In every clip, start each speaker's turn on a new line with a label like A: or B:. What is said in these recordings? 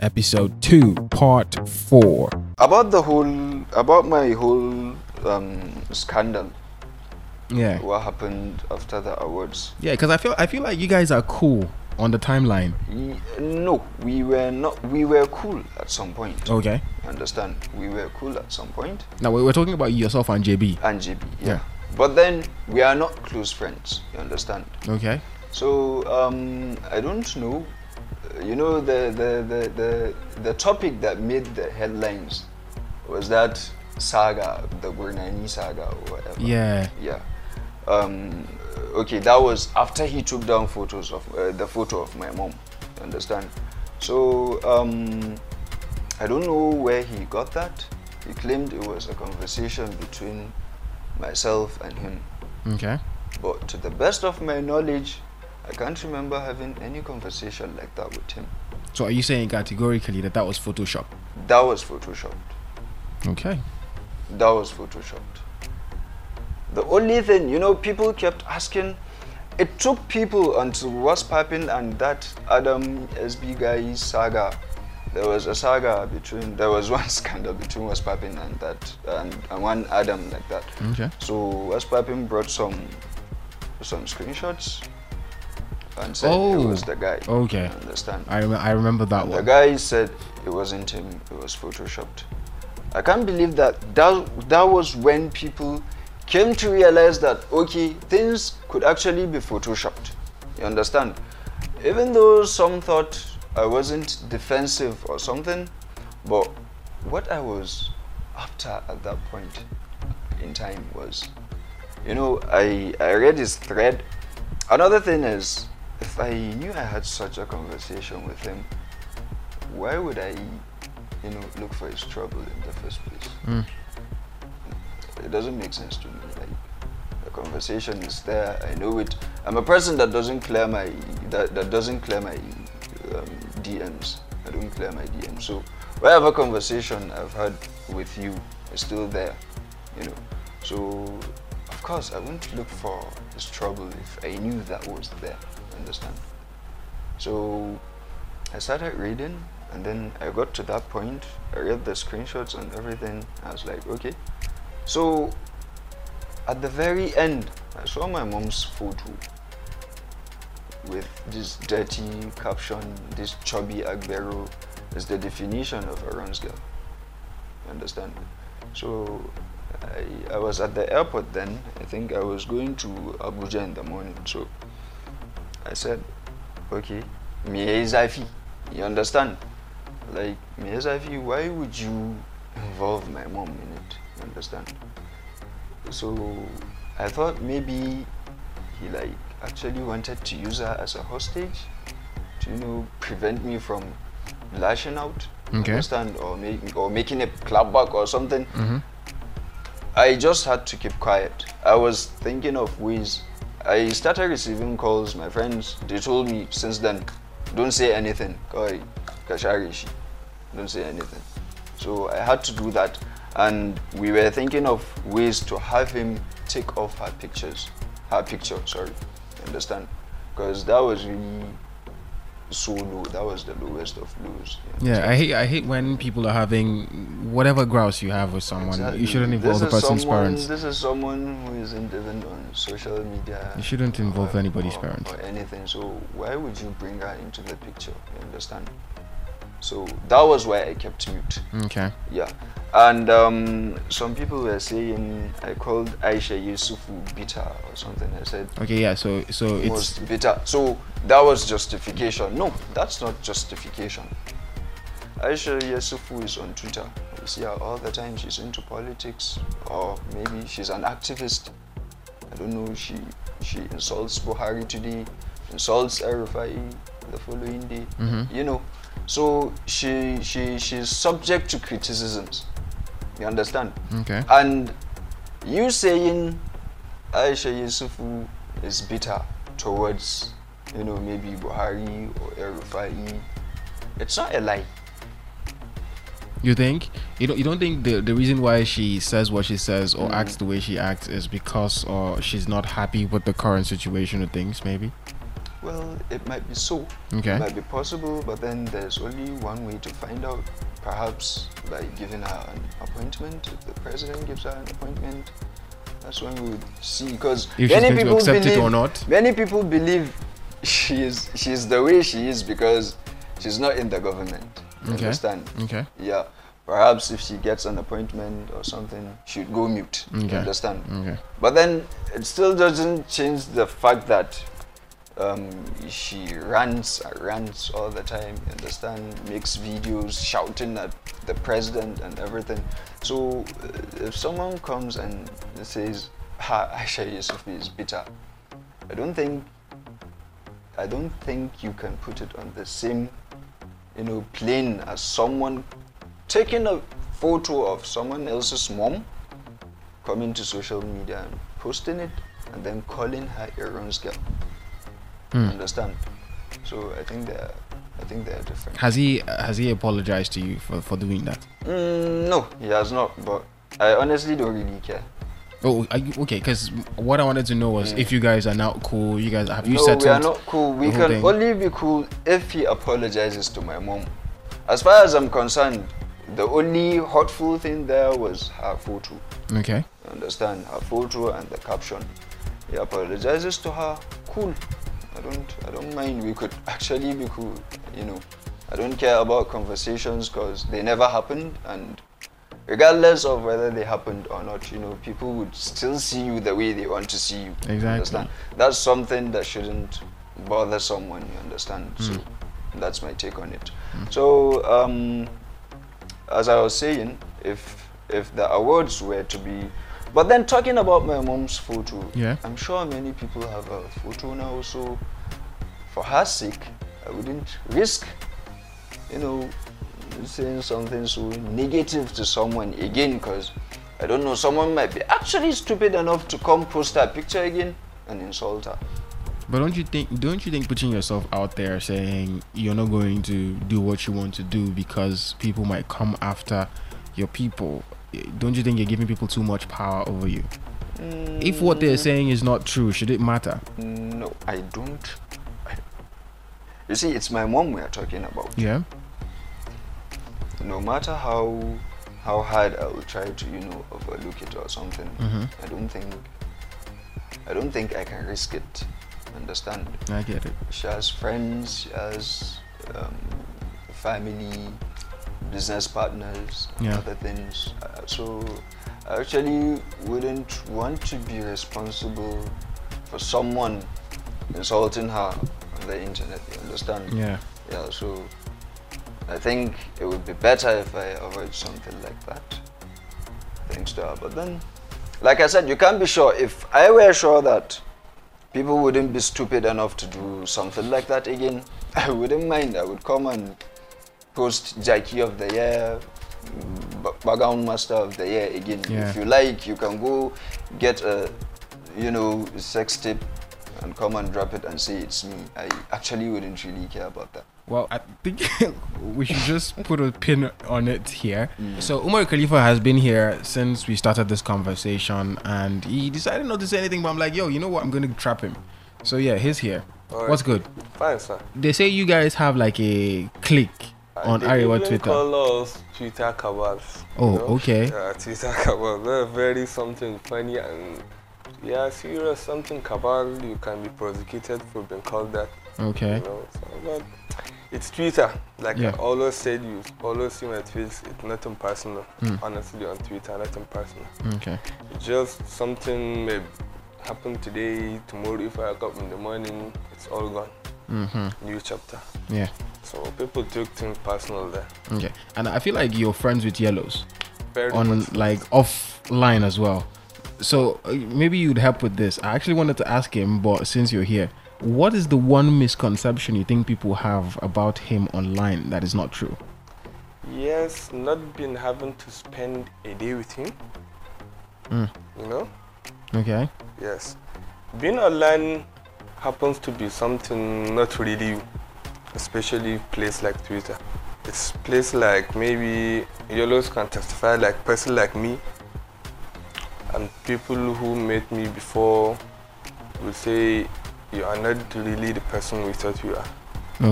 A: episode two, part four.
B: about the whole about my whole um, scandal
A: Yeah,
B: what happened after the awards
A: yeah, because I feel I feel like you guys are cool on the timeline.
B: y- no we were not we were cool at some point
A: Okay.
B: understand we were cool at some point
A: Now we- we're talking about yourself and JB.
B: and gb yeah,
A: Yeah.
B: but then we are not close friends you understand
A: Okay.
B: so um i don't know Uh, you know the the the the, the topic that made the headlines was that saga the Gurnani saga or whatever
A: Yeah.
B: yeah um okay that was after he took down photos of uh, the photo of my mom you understand so um i don't know where he got that he claimed it was a conversation between myself and him
A: Okay.
B: but to the best of my knowledge i can't remember having any conversation like that with him
A: So are you saying categorically that that was Photoshop?
B: that was photoshopped
A: Okay.
B: that was photoshopped. The only thing, you know, people kept asking. It took people until what's popping and that Adam SB guy saga. There was a saga between. There was one scandal between what's popping and that and, and one Adam like that.
A: Okay.
B: So what's popping brought some some screenshots and said it
A: Oh,
B: was the guy.
A: okay.
B: Understand?
A: I rem- I remember that
B: The
A: one.
B: guy said it wasn't him, it was photoshopped. I can't believe that that, that was when people came to realize that, okay, things could actually be photoshopped. You understand? Even though some thought I wasn't defensive or something, but what I was after at that point in time was you know, I, I read his thread. Another thing is, if I knew I had such a conversation with him, why would I, you know, look for his trouble in the first place?
A: Mm.
B: It doesn't make sense to me. Like, the conversation is there. I know it. I'm a person that doesn't clear my that, that doesn't clear my um, DMs. I don't clear my DMs. So whatever conversation I've had with you is still there, you know. So of course I wouldn't look for his trouble if I knew that was there. Understand? So I started reading, and then I got to that point. I read the screenshots and everything. I was like, okay. So at the very end, I saw my mom's photo with this dirty caption, this chubby Agbero is the definition of a runs girl. You understand? So I, I was at the airport then. I think I was going to Abuja in the morning. So I said, okay, me is Afi. You understand? Like, me is Afi, why would you involve my mom in it? You understand? So I thought maybe he like actually wanted to use her as a hostage to you know prevent me from lashing out. you
A: Okay.
B: Understand? Or making or making a clap back or something.
A: Mhm.
B: I just had to keep quiet. I was thinking of ways. I started receiving calls. My friends they told me since then, don't say anything. Kawai, ka share shi. Don't say anything. So I had to do that, and we were thinking of ways to have him take off her pictures, her picture. Sorry, You understand? Because that was really so low. That was the lowest of lows. you
A: Yeah, I hate I hate when people are having whatever grouse you have with someone.
B: Exactly.
A: You shouldn't involve
B: This
A: the
B: is
A: person's
B: someone-
A: parents.
B: This is someone who isn't even on social media.
A: You shouldn't involve
B: or-
A: anybody's
B: or-
A: parents.
B: Or anything. So why would you bring her into the picture? You understand? So that was why I kept mute.
A: Okay.
B: Yeah. And um, some people were saying I called Aisha Yusufu bitter or something. I said
A: Okay. Yeah. So so
B: was
A: it's
B: bitter. So that was justification. No, that's not justification. Aisha Yesufu is on Twitter. We see her all the time. She's into politics, or maybe she's an activist. I don't know. She she insults Buhari today, insults Arifai the following day.
A: Mhm.
B: Mm-hmm. You know, so she she she's subject to criticisms. You understand?
A: okay.
B: And you saying Aisha Yusufu is bitter towards, you know, maybe Buhari or Erufai, it's not a lie.
A: You think you don't you don't think the the reason why she says what she says or acts uh, the way she acts is because or she's not happy with the current situation of things maybe.
B: well, it might be so,
A: Okay.
B: it might be possible, but then there's only one way to find out. Perhaps by giving her an appointment, if the president gives her an appointment, that's when we would see. Because
A: if she's
B: many
A: going to
B: people
A: accept
B: believe
A: it or not.
B: Many people believe she is she is the way she is because she's not in the government. You
A: Okay.
B: Understand?
A: Okay.
B: Yeah. Perhaps if she gets an appointment or something, she'd go mute. You
A: Okay.
B: Understand?
A: Okay.
B: But then it still doesn't change the fact that um, she rants, rants all the time. you Understand? Makes videos shouting at the president and everything. So uh, if someone comes and says, "Ha, Aisha Yusufi is bitter," I don't think, I don't think you can put it on the same, you know, plane as someone taking a photo of someone else's mom coming to social media and posting it and then calling her Aaron's girl.
A: Hmm.
B: Understand? So I think they're I think they're different.
A: Has he has he apologized to you for, for doing that?
B: Mm, no, he has not, but I honestly don't really care.
A: Oh, are you, okay. Because what I wanted to know was
B: Mm.
A: if you guys are now cool. You guys have you
B: no, we are
A: settled?
B: not cool. We
A: the whole
B: can
A: thing?
B: only be cool if he apologizes to my mom. As far as I'm concerned, the only hurtful thing there was her photo.
A: okay.
B: understand her photo and the caption. He apologizes to her. Cool. I don't I don't mind. We could actually be cool. You know, I don't care about conversations because they never happened and regardless of whether they happened or not, you know, people would still see you the way they want to see you.
A: Exactly.
B: Understand? That's something that shouldn't bother someone. You understand? So that's my take on it. So um, as I was saying, if if the awards were to be, but then talking about my mom's photo,
A: Yeah.
B: I'm sure many people have a photo now. So for her sake, I wouldn't risk, you know, saying something so negative to someone again, because I don't know, someone might be actually stupid enough to come post her picture again and insult her.
A: But don't you think don't you think putting yourself out there saying you're not going to do what you want to do because people might come after your people? eh, Don't you think you're giving people too much power over you? If what they're saying is not true, should it matter?
B: No, I don't. I- You see, it's my mom we are talking about.
A: Yeah.
B: no matter how how hard I will try to you know overlook it or something,
A: Mhm.
B: I don't think I don't think I can risk it. Understand?
A: I get it.
B: She has friends, she has um, family, business partners, and
A: Yeah.
B: other things. Uh, so I actually wouldn't want to be responsible for someone insulting her on the internet. You understand?
A: Yeah.
B: Yeah, so I think it would be better if I avoid something like that. Thanks to her. But then, like I said, you can't be sure. If I were sure that people wouldn't be stupid enough to do something like that again, I wouldn't mind. I would come and post Jackie of the Year, B- Background Master of the Year again.
A: Yeah.
B: If you like, you can go get a, you know, sex tape and come and drop it and say it's me. I actually wouldn't really care about that.
A: Well, I think we should just put a pin on it here. So Umar Khalifa has been here since we started this conversation, and he decided not to say anything. But I'm like, yo, you know what? I'm going to trap him. So yeah, he's here.
C: Alright.
A: What's good?
C: Fine, sir.
A: They say you guys have like a click on
C: They
A: Ariwa
C: even
A: Twitter.
C: Call us Twitter cabals.
A: Oh, okay.
C: Yeah, Twitter cabals. They're very something funny and yeah, serious something cabal. You can be prosecuted for being called that.
A: Okay.
C: You know, so, but it's Twitter. Like
A: Yeah.
C: I always said, you always see my tweets. It's nothing personal.
A: Mm.
C: Honestly, on Twitter, nothing personal.
A: Okay.
C: It's just something may happen today, tomorrow. If I wake up in the morning, it's all gone.
A: hmm
C: New chapter.
A: Yeah.
C: So people took things personal there.
A: Okay. And I feel like you're friends with yellows
C: Very
A: on like offline as well. So uh, maybe you'd help with this. I actually wanted to ask him, but since you're here, what is the one misconception you think people have about him online that is not true?
C: Yes, not been having to spend a day with him.
A: Mm.
C: You know?
A: Okay.
C: Yes. Being online happens to be something not really you, especially place like Twitter. It's place like maybe yellows can testify like person like me and people who met me before will say you are not really the person we thought you are.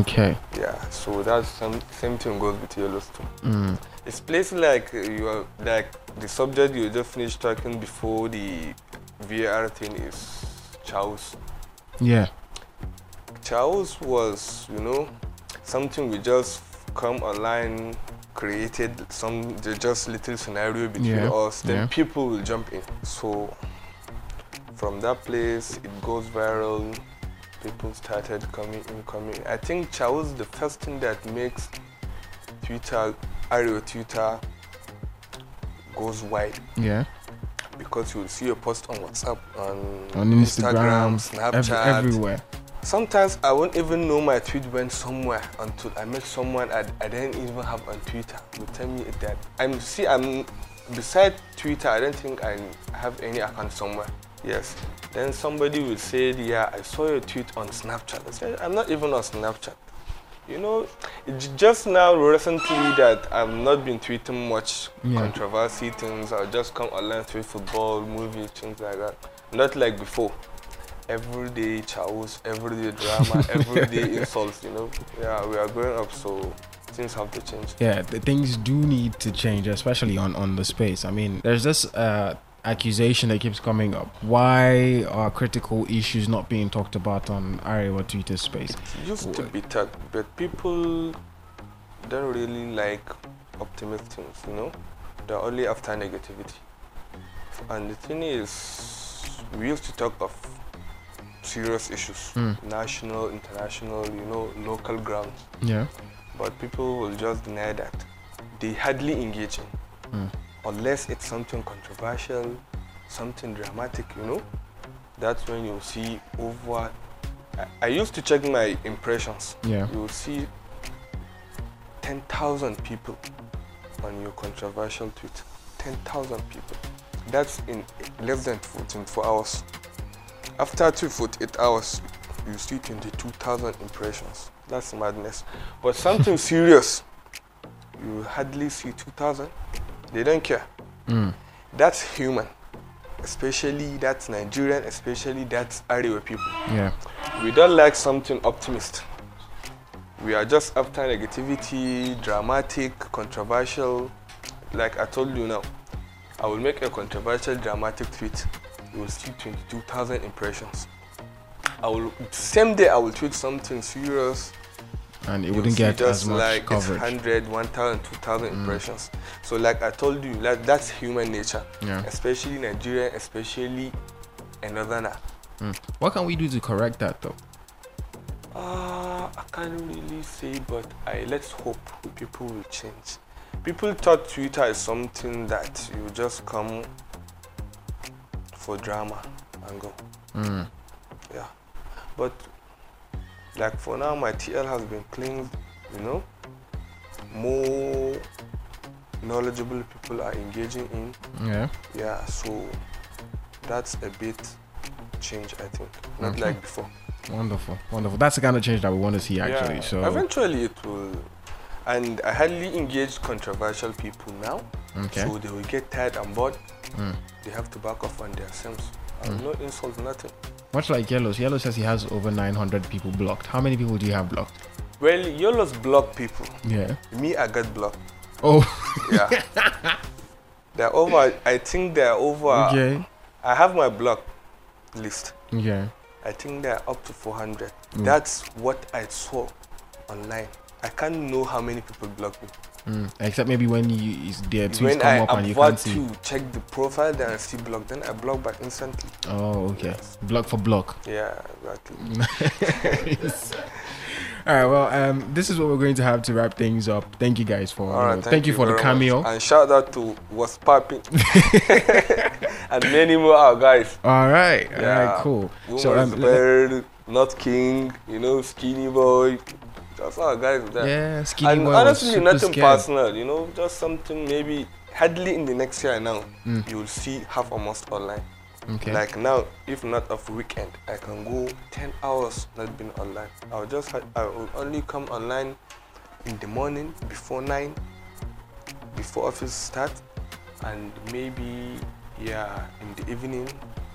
A: Okay.
C: Yeah, so that's some, same thing goes with yellows too.
A: Mm.
C: It's places like uh, you are like the subject you just finished talking before the VR thing is Chaos.
A: Yeah.
C: Chaos was you know something we just come online created some ju- just little scenario between
A: Yeah,
C: us then
A: yeah.
C: people will jump in so from that place it goes viral people started coming in coming in. i think chaos the first thing that makes twitter area twitter goes wide
A: Yeah.
C: because you'll see a post on whatsapp on,
A: On Instagram,
C: snapchat
A: ev- everywhere.
C: Sometimes I won't even know my tweet went somewhere until I met someone I, I didn't even have on Twitter who tell me that. I'm see I'm beside Twitter. I don't think I have any account somewhere. Yes. Then somebody will say, "Yeah, I saw your tweet on Snapchat." I said, "I'm not even on Snapchat." You know, it's just now recently that I've not been tweeting much
A: Yeah.
C: controversy things. I'll just come online tweet football, movies, things like that. Not like before everyday chows, everyday drama, everyday insults, you know. Yeah, we are growing up, so things have to change.
A: Yeah, the things do need to change, especially on on the space. I mean, there's this uh, accusation that keeps coming up. Why are critical issues not being talked about on Arewa Twitter space?
C: It used to be tough, but people don't really like optimistic things, you know. They're only after negativity. And the thing is, we used to talk of serious issues,
A: Mm.
C: national, international, you know, local grounds.
A: Yeah.
C: but people will just deny that they hardly engage in
A: Mm.
C: unless it's something controversial something dramatic you know that's when you see over I, I used to check my impressions
A: Yeah.
C: you will see 10,000 people on your controversial tweet 10,000 people that's in less than 24 hours after 248 hours you see 22,000 impressions that's madness but something serious you hardly see 2,000 they don't care
A: Mm.
C: that's human especially that's nigerian especially that's arewa people
A: Yeah.
C: we don't like something optimist. We are just after negativity, dramatic, controversial. Like I told you now, I will make a controversial, dramatic tweet. You will see 22,000 impressions. I will same day I will tweet something serious.
A: And it
C: you will
A: wouldn't
C: see
A: get
C: just
A: as much
C: like it's
A: coverage.
C: 100, 1,000, 2,000
A: Mm.
C: impressions. So like I told you, like that's human nature,
A: yeah.
C: especially Nigerian, especially a northerner.
A: What can we do to correct that though?
C: Uh, I can't really say, but I let's hope people will change. People thought Twitter is something that you just come for drama and go,
A: Mm.
C: yeah. But like for now, my TL has been cleaned, you know. More knowledgeable people are engaging in,
A: Yeah.
C: yeah. So that's a bit change, I think. Not
A: Okay.
C: like before.
A: Wonderful. Wonderful. That's the kind of change that we want to see actually.
C: Yeah,
A: So
C: eventually it will and i hardly engage controversial people now
A: okay.
C: so they will get tired and bored
A: Mm.
C: they have to back off on themselves
A: Mm.
C: and no insult nothing
A: Much like Yellow's, Yellow says he has over 900 people blocked. How many people do you have blocked?
C: well yolos block people
A: Yeah.
C: me i got blocked
A: Oh,
C: yeah they're over i think they're over
A: okay.
C: i have my block list
A: Yeah.
C: i think they're up to 400
A: Mm.
C: that's what i saw online i can't know how many people blocked me
A: Mm. Except maybe when you is their tweets
C: when
A: come
C: I
A: up and you
C: about
A: can't see.
C: to check the profile, then I see block. Then I block back instantly.
A: Oh, okay.
C: Yes.
A: Block for block.
C: Yeah, exactly.
A: All right. Well, um, this is what we're going to have to wrap things up. Thank you guys for.
C: All right.
A: thank, you, for the
C: very
A: cameo.
C: much. And shout out to what's popping and many more our guys.
A: All right. All right.
C: Yeah.
A: Cool. So
C: So
A: um, let-
C: Bird, Not King, you know, Skinny Boy. That's our guys there.
A: yeah, skinny
C: and
A: boy was
C: honestly,
A: super
C: nothing
A: scared.
C: personal. You know, just something maybe hardly in the next year now.
A: Mm.
C: You will see half a month online.
A: Okay.
C: Like now, if not of weekend, I can go 10 hours not being online. I'll just ha- I will only come online in the morning before 9, before office start, and maybe yeah in the evening,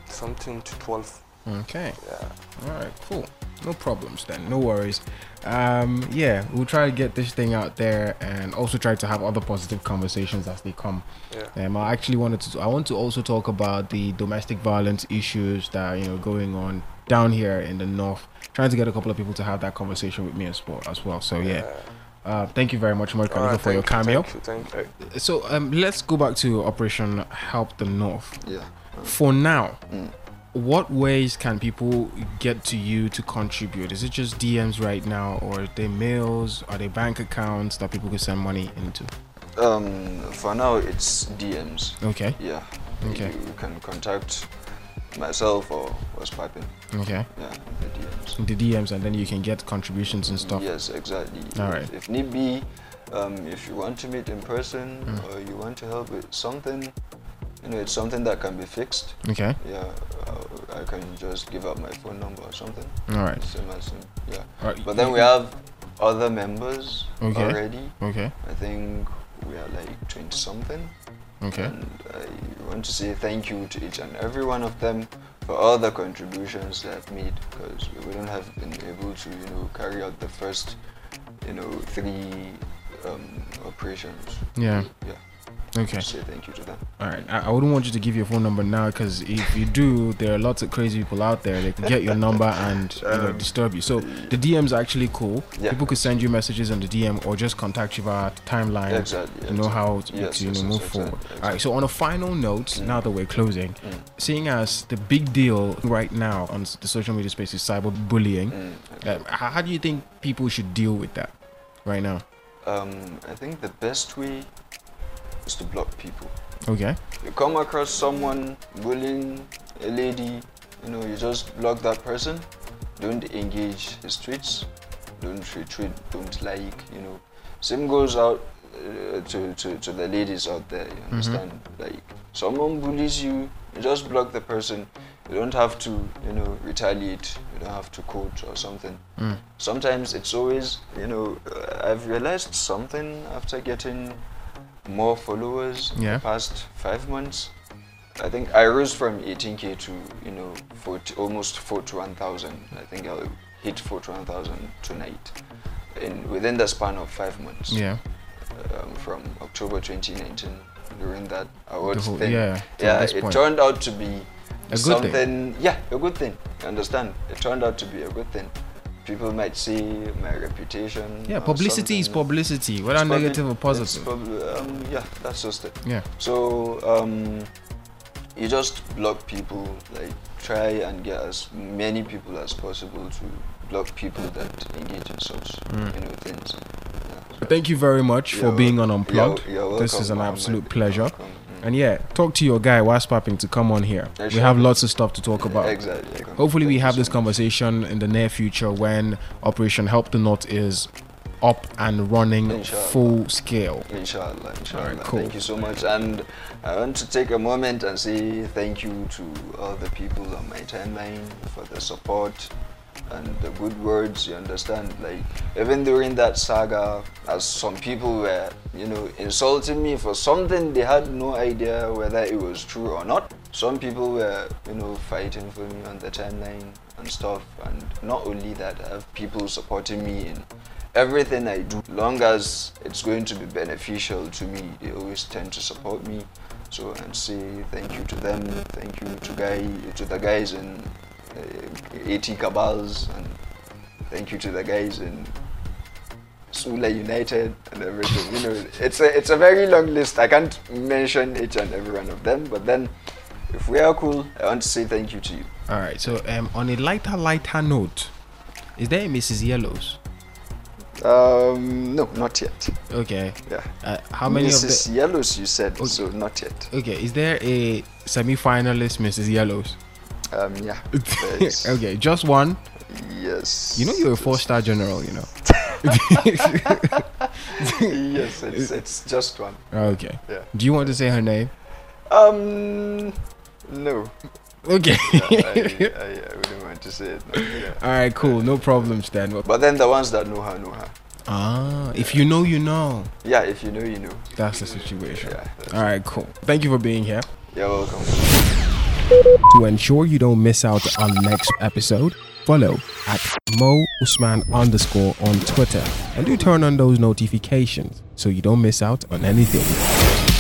C: something to 12.
A: Okay.
C: Yeah.
A: All right, cool. No problems then. No worries. Um, yeah, we'll try to get this thing out there and also try to have other positive conversations as they come.
C: Yeah.
A: Um, I actually wanted to. I want to also talk about the domestic violence issues that are, you know going on down here in the north. Trying to get a couple of people to have that conversation with me as well. As well. So yeah. Uh, thank you very much, Mark,
C: All right,
A: for your
C: thank
A: cameo.
C: you, Thank you. Thank you.
A: So um, let's go back to Operation Help the North
B: Yeah.
A: for now
B: Mm.
A: what ways can people get to you to contribute is it just dms right now or are they mails are they bank accounts that people can send money into
B: Um, for now, it's DMs.
A: okay
B: Yeah.
A: Okay.
B: You can contact myself or what's popping.
A: okay
B: Yeah, the DMs.
A: the dms and then you can get contributions and stuff
B: Yes, exactly.
A: All
B: If-
A: right.
B: If need be, um, if you want to meet in person
A: Mm.
B: or you want to help with something, you know, it's something that can be fixed.
A: okay
B: Yeah, uh, I, I can just give out my phone number or something.
A: all right
B: Same as in- yeah.
A: all right
B: But then we have other members
A: Okay.
B: already.
A: okay
B: I think we are like 20 something.
A: okay
B: And I want to say thank you to each and every one of them for all the contributions they have made because we wouldn't have been able to, you know, carry out the first, you know, three um, operations.
A: yeah
B: Yeah.
A: okay
B: Say thank you to them.
A: all right I, I wouldn't want you to give your phone number now because if you do there are lots of crazy people out there that can get your number and you know
B: Um,
A: disturb you so the dms are actually cool
B: Yeah.
A: people could send you messages on the dm or just contact you via timeline
B: Exactly.
A: you know
B: exactly.
A: how to,
B: Yes,
A: to, you know,
B: yes,
A: move
B: yes, exactly,
A: forward.
B: exactly.
A: All right. So on a final note, now that we're closing,
B: Mm.
A: seeing as the big deal right now on s- the social media space is cyberbullying,
B: Mm,
A: uh, h- how do you think people should deal with that right now?
B: Um, I think the best way is to block people.
A: Okay.
B: You come across someone bullying a lady, you know, you just block that person. Don't engage his tweets. Don't retweet. Don't like. You know, same goes out uh, to, to to the ladies out there. You understand? Like someone bullies you, you just block the person. You don't have to, you know, retaliate. You don't have to quote or something
A: Mm.
B: sometimes it's always you know uh, i've realized something after getting more followers in
A: Yeah.
B: the past five months i think i rose from 18k to you know 40, almost 41000 i think i'll hit 41000 tonight in within the span of five months
A: Yeah.
B: um, from october 2019 during that awards
A: The whole-
B: thing
A: yeah. till
B: yeah,
A: this
B: it
A: point.
B: turned out to be
A: A good
B: something.
A: thing.
B: Yeah, a good thing. You understand? It turned out to be a good thing. People might see my reputation.
A: Yeah.
B: or
A: Publicity is
B: something.
A: publicity, whether
B: It's public-
A: negative or
B: it's
A: positive.
B: pub- um, yeah, that's just it.
A: Yeah.
B: So um, you just block people. Like try and get as many people as possible to block people that engage in such
A: Mm.
B: you know things. Yeah.
A: Thank you very much for
B: You're-
A: being on Unplugged.
B: You're- you're
A: This is an
B: welcome, Mohammed.
A: absolute pleasure.
B: Welcome. Mm.
A: And yeah, talk to your guy, What's Popping, to come on here.
B: Yeah,
A: we
B: sure.
A: have lots of stuff to talk about.
B: Exactly. welcome.
A: Hopefully, we
B: Thank you
A: have
B: so
A: this
B: much.
A: conversation in the near future when Operation Help the Knot is up and running
B: Inshallah.
A: full scale.
B: Inshallah, inshallah.
A: Alright, cool.
B: Thank you so much. And I want to take a moment and say thank you to all the people on my timeline for the support and the good words. You understand? Like, even during that saga, as some people were, you know, insulting me for something they had no idea whether it was true or not. Some people were, you know, fighting for me on the timeline and stuff. And not only that, I have people supporting me in everything I do, long as it's going to be beneficial to me, they always tend to support me. So and say thank you to them, thank you to guy to the guys in uh, 80 cabals, and thank you to the guys in Sula United and everything. You know, it's a it's a very long list. I can't mention each and every one of them, but then. If we are cool, I want to say thank you to you.
A: All right. So, um, on a lighter, lighter note, is there a Mrs. Yellows?
B: Um, no, not yet.
A: Okay.
B: Yeah.
A: Uh, how many
B: Mrs. Yellows, you said,
A: Oh.
B: so not yet.
A: of the? Okay. Is there a semi-finalist Mrs. Yellows?
B: Um, yeah. Yes.
A: okay, just one.
B: Yes.
A: You know you're a four-star general. You know.
B: yes, it's, it's just one.
A: Okay.
B: Yeah.
A: Do you want to say her name?
B: Um, no.
A: Okay.
B: Yeah, I, I, I wouldn't want to say it. no, yeah.
A: All right. Cool. No problems then.
B: But then the ones that know her, know her.
A: Ah, if you know, you know.
B: Yeah, if you know, you know.
A: That's the situation.
B: Yeah.
A: All right, cool. Thank you for being here.
B: You're welcome.
A: To ensure you don't miss out on next episode, follow at Mo Usman underscore on Twitter and do turn on those notifications so you don't miss out on anything.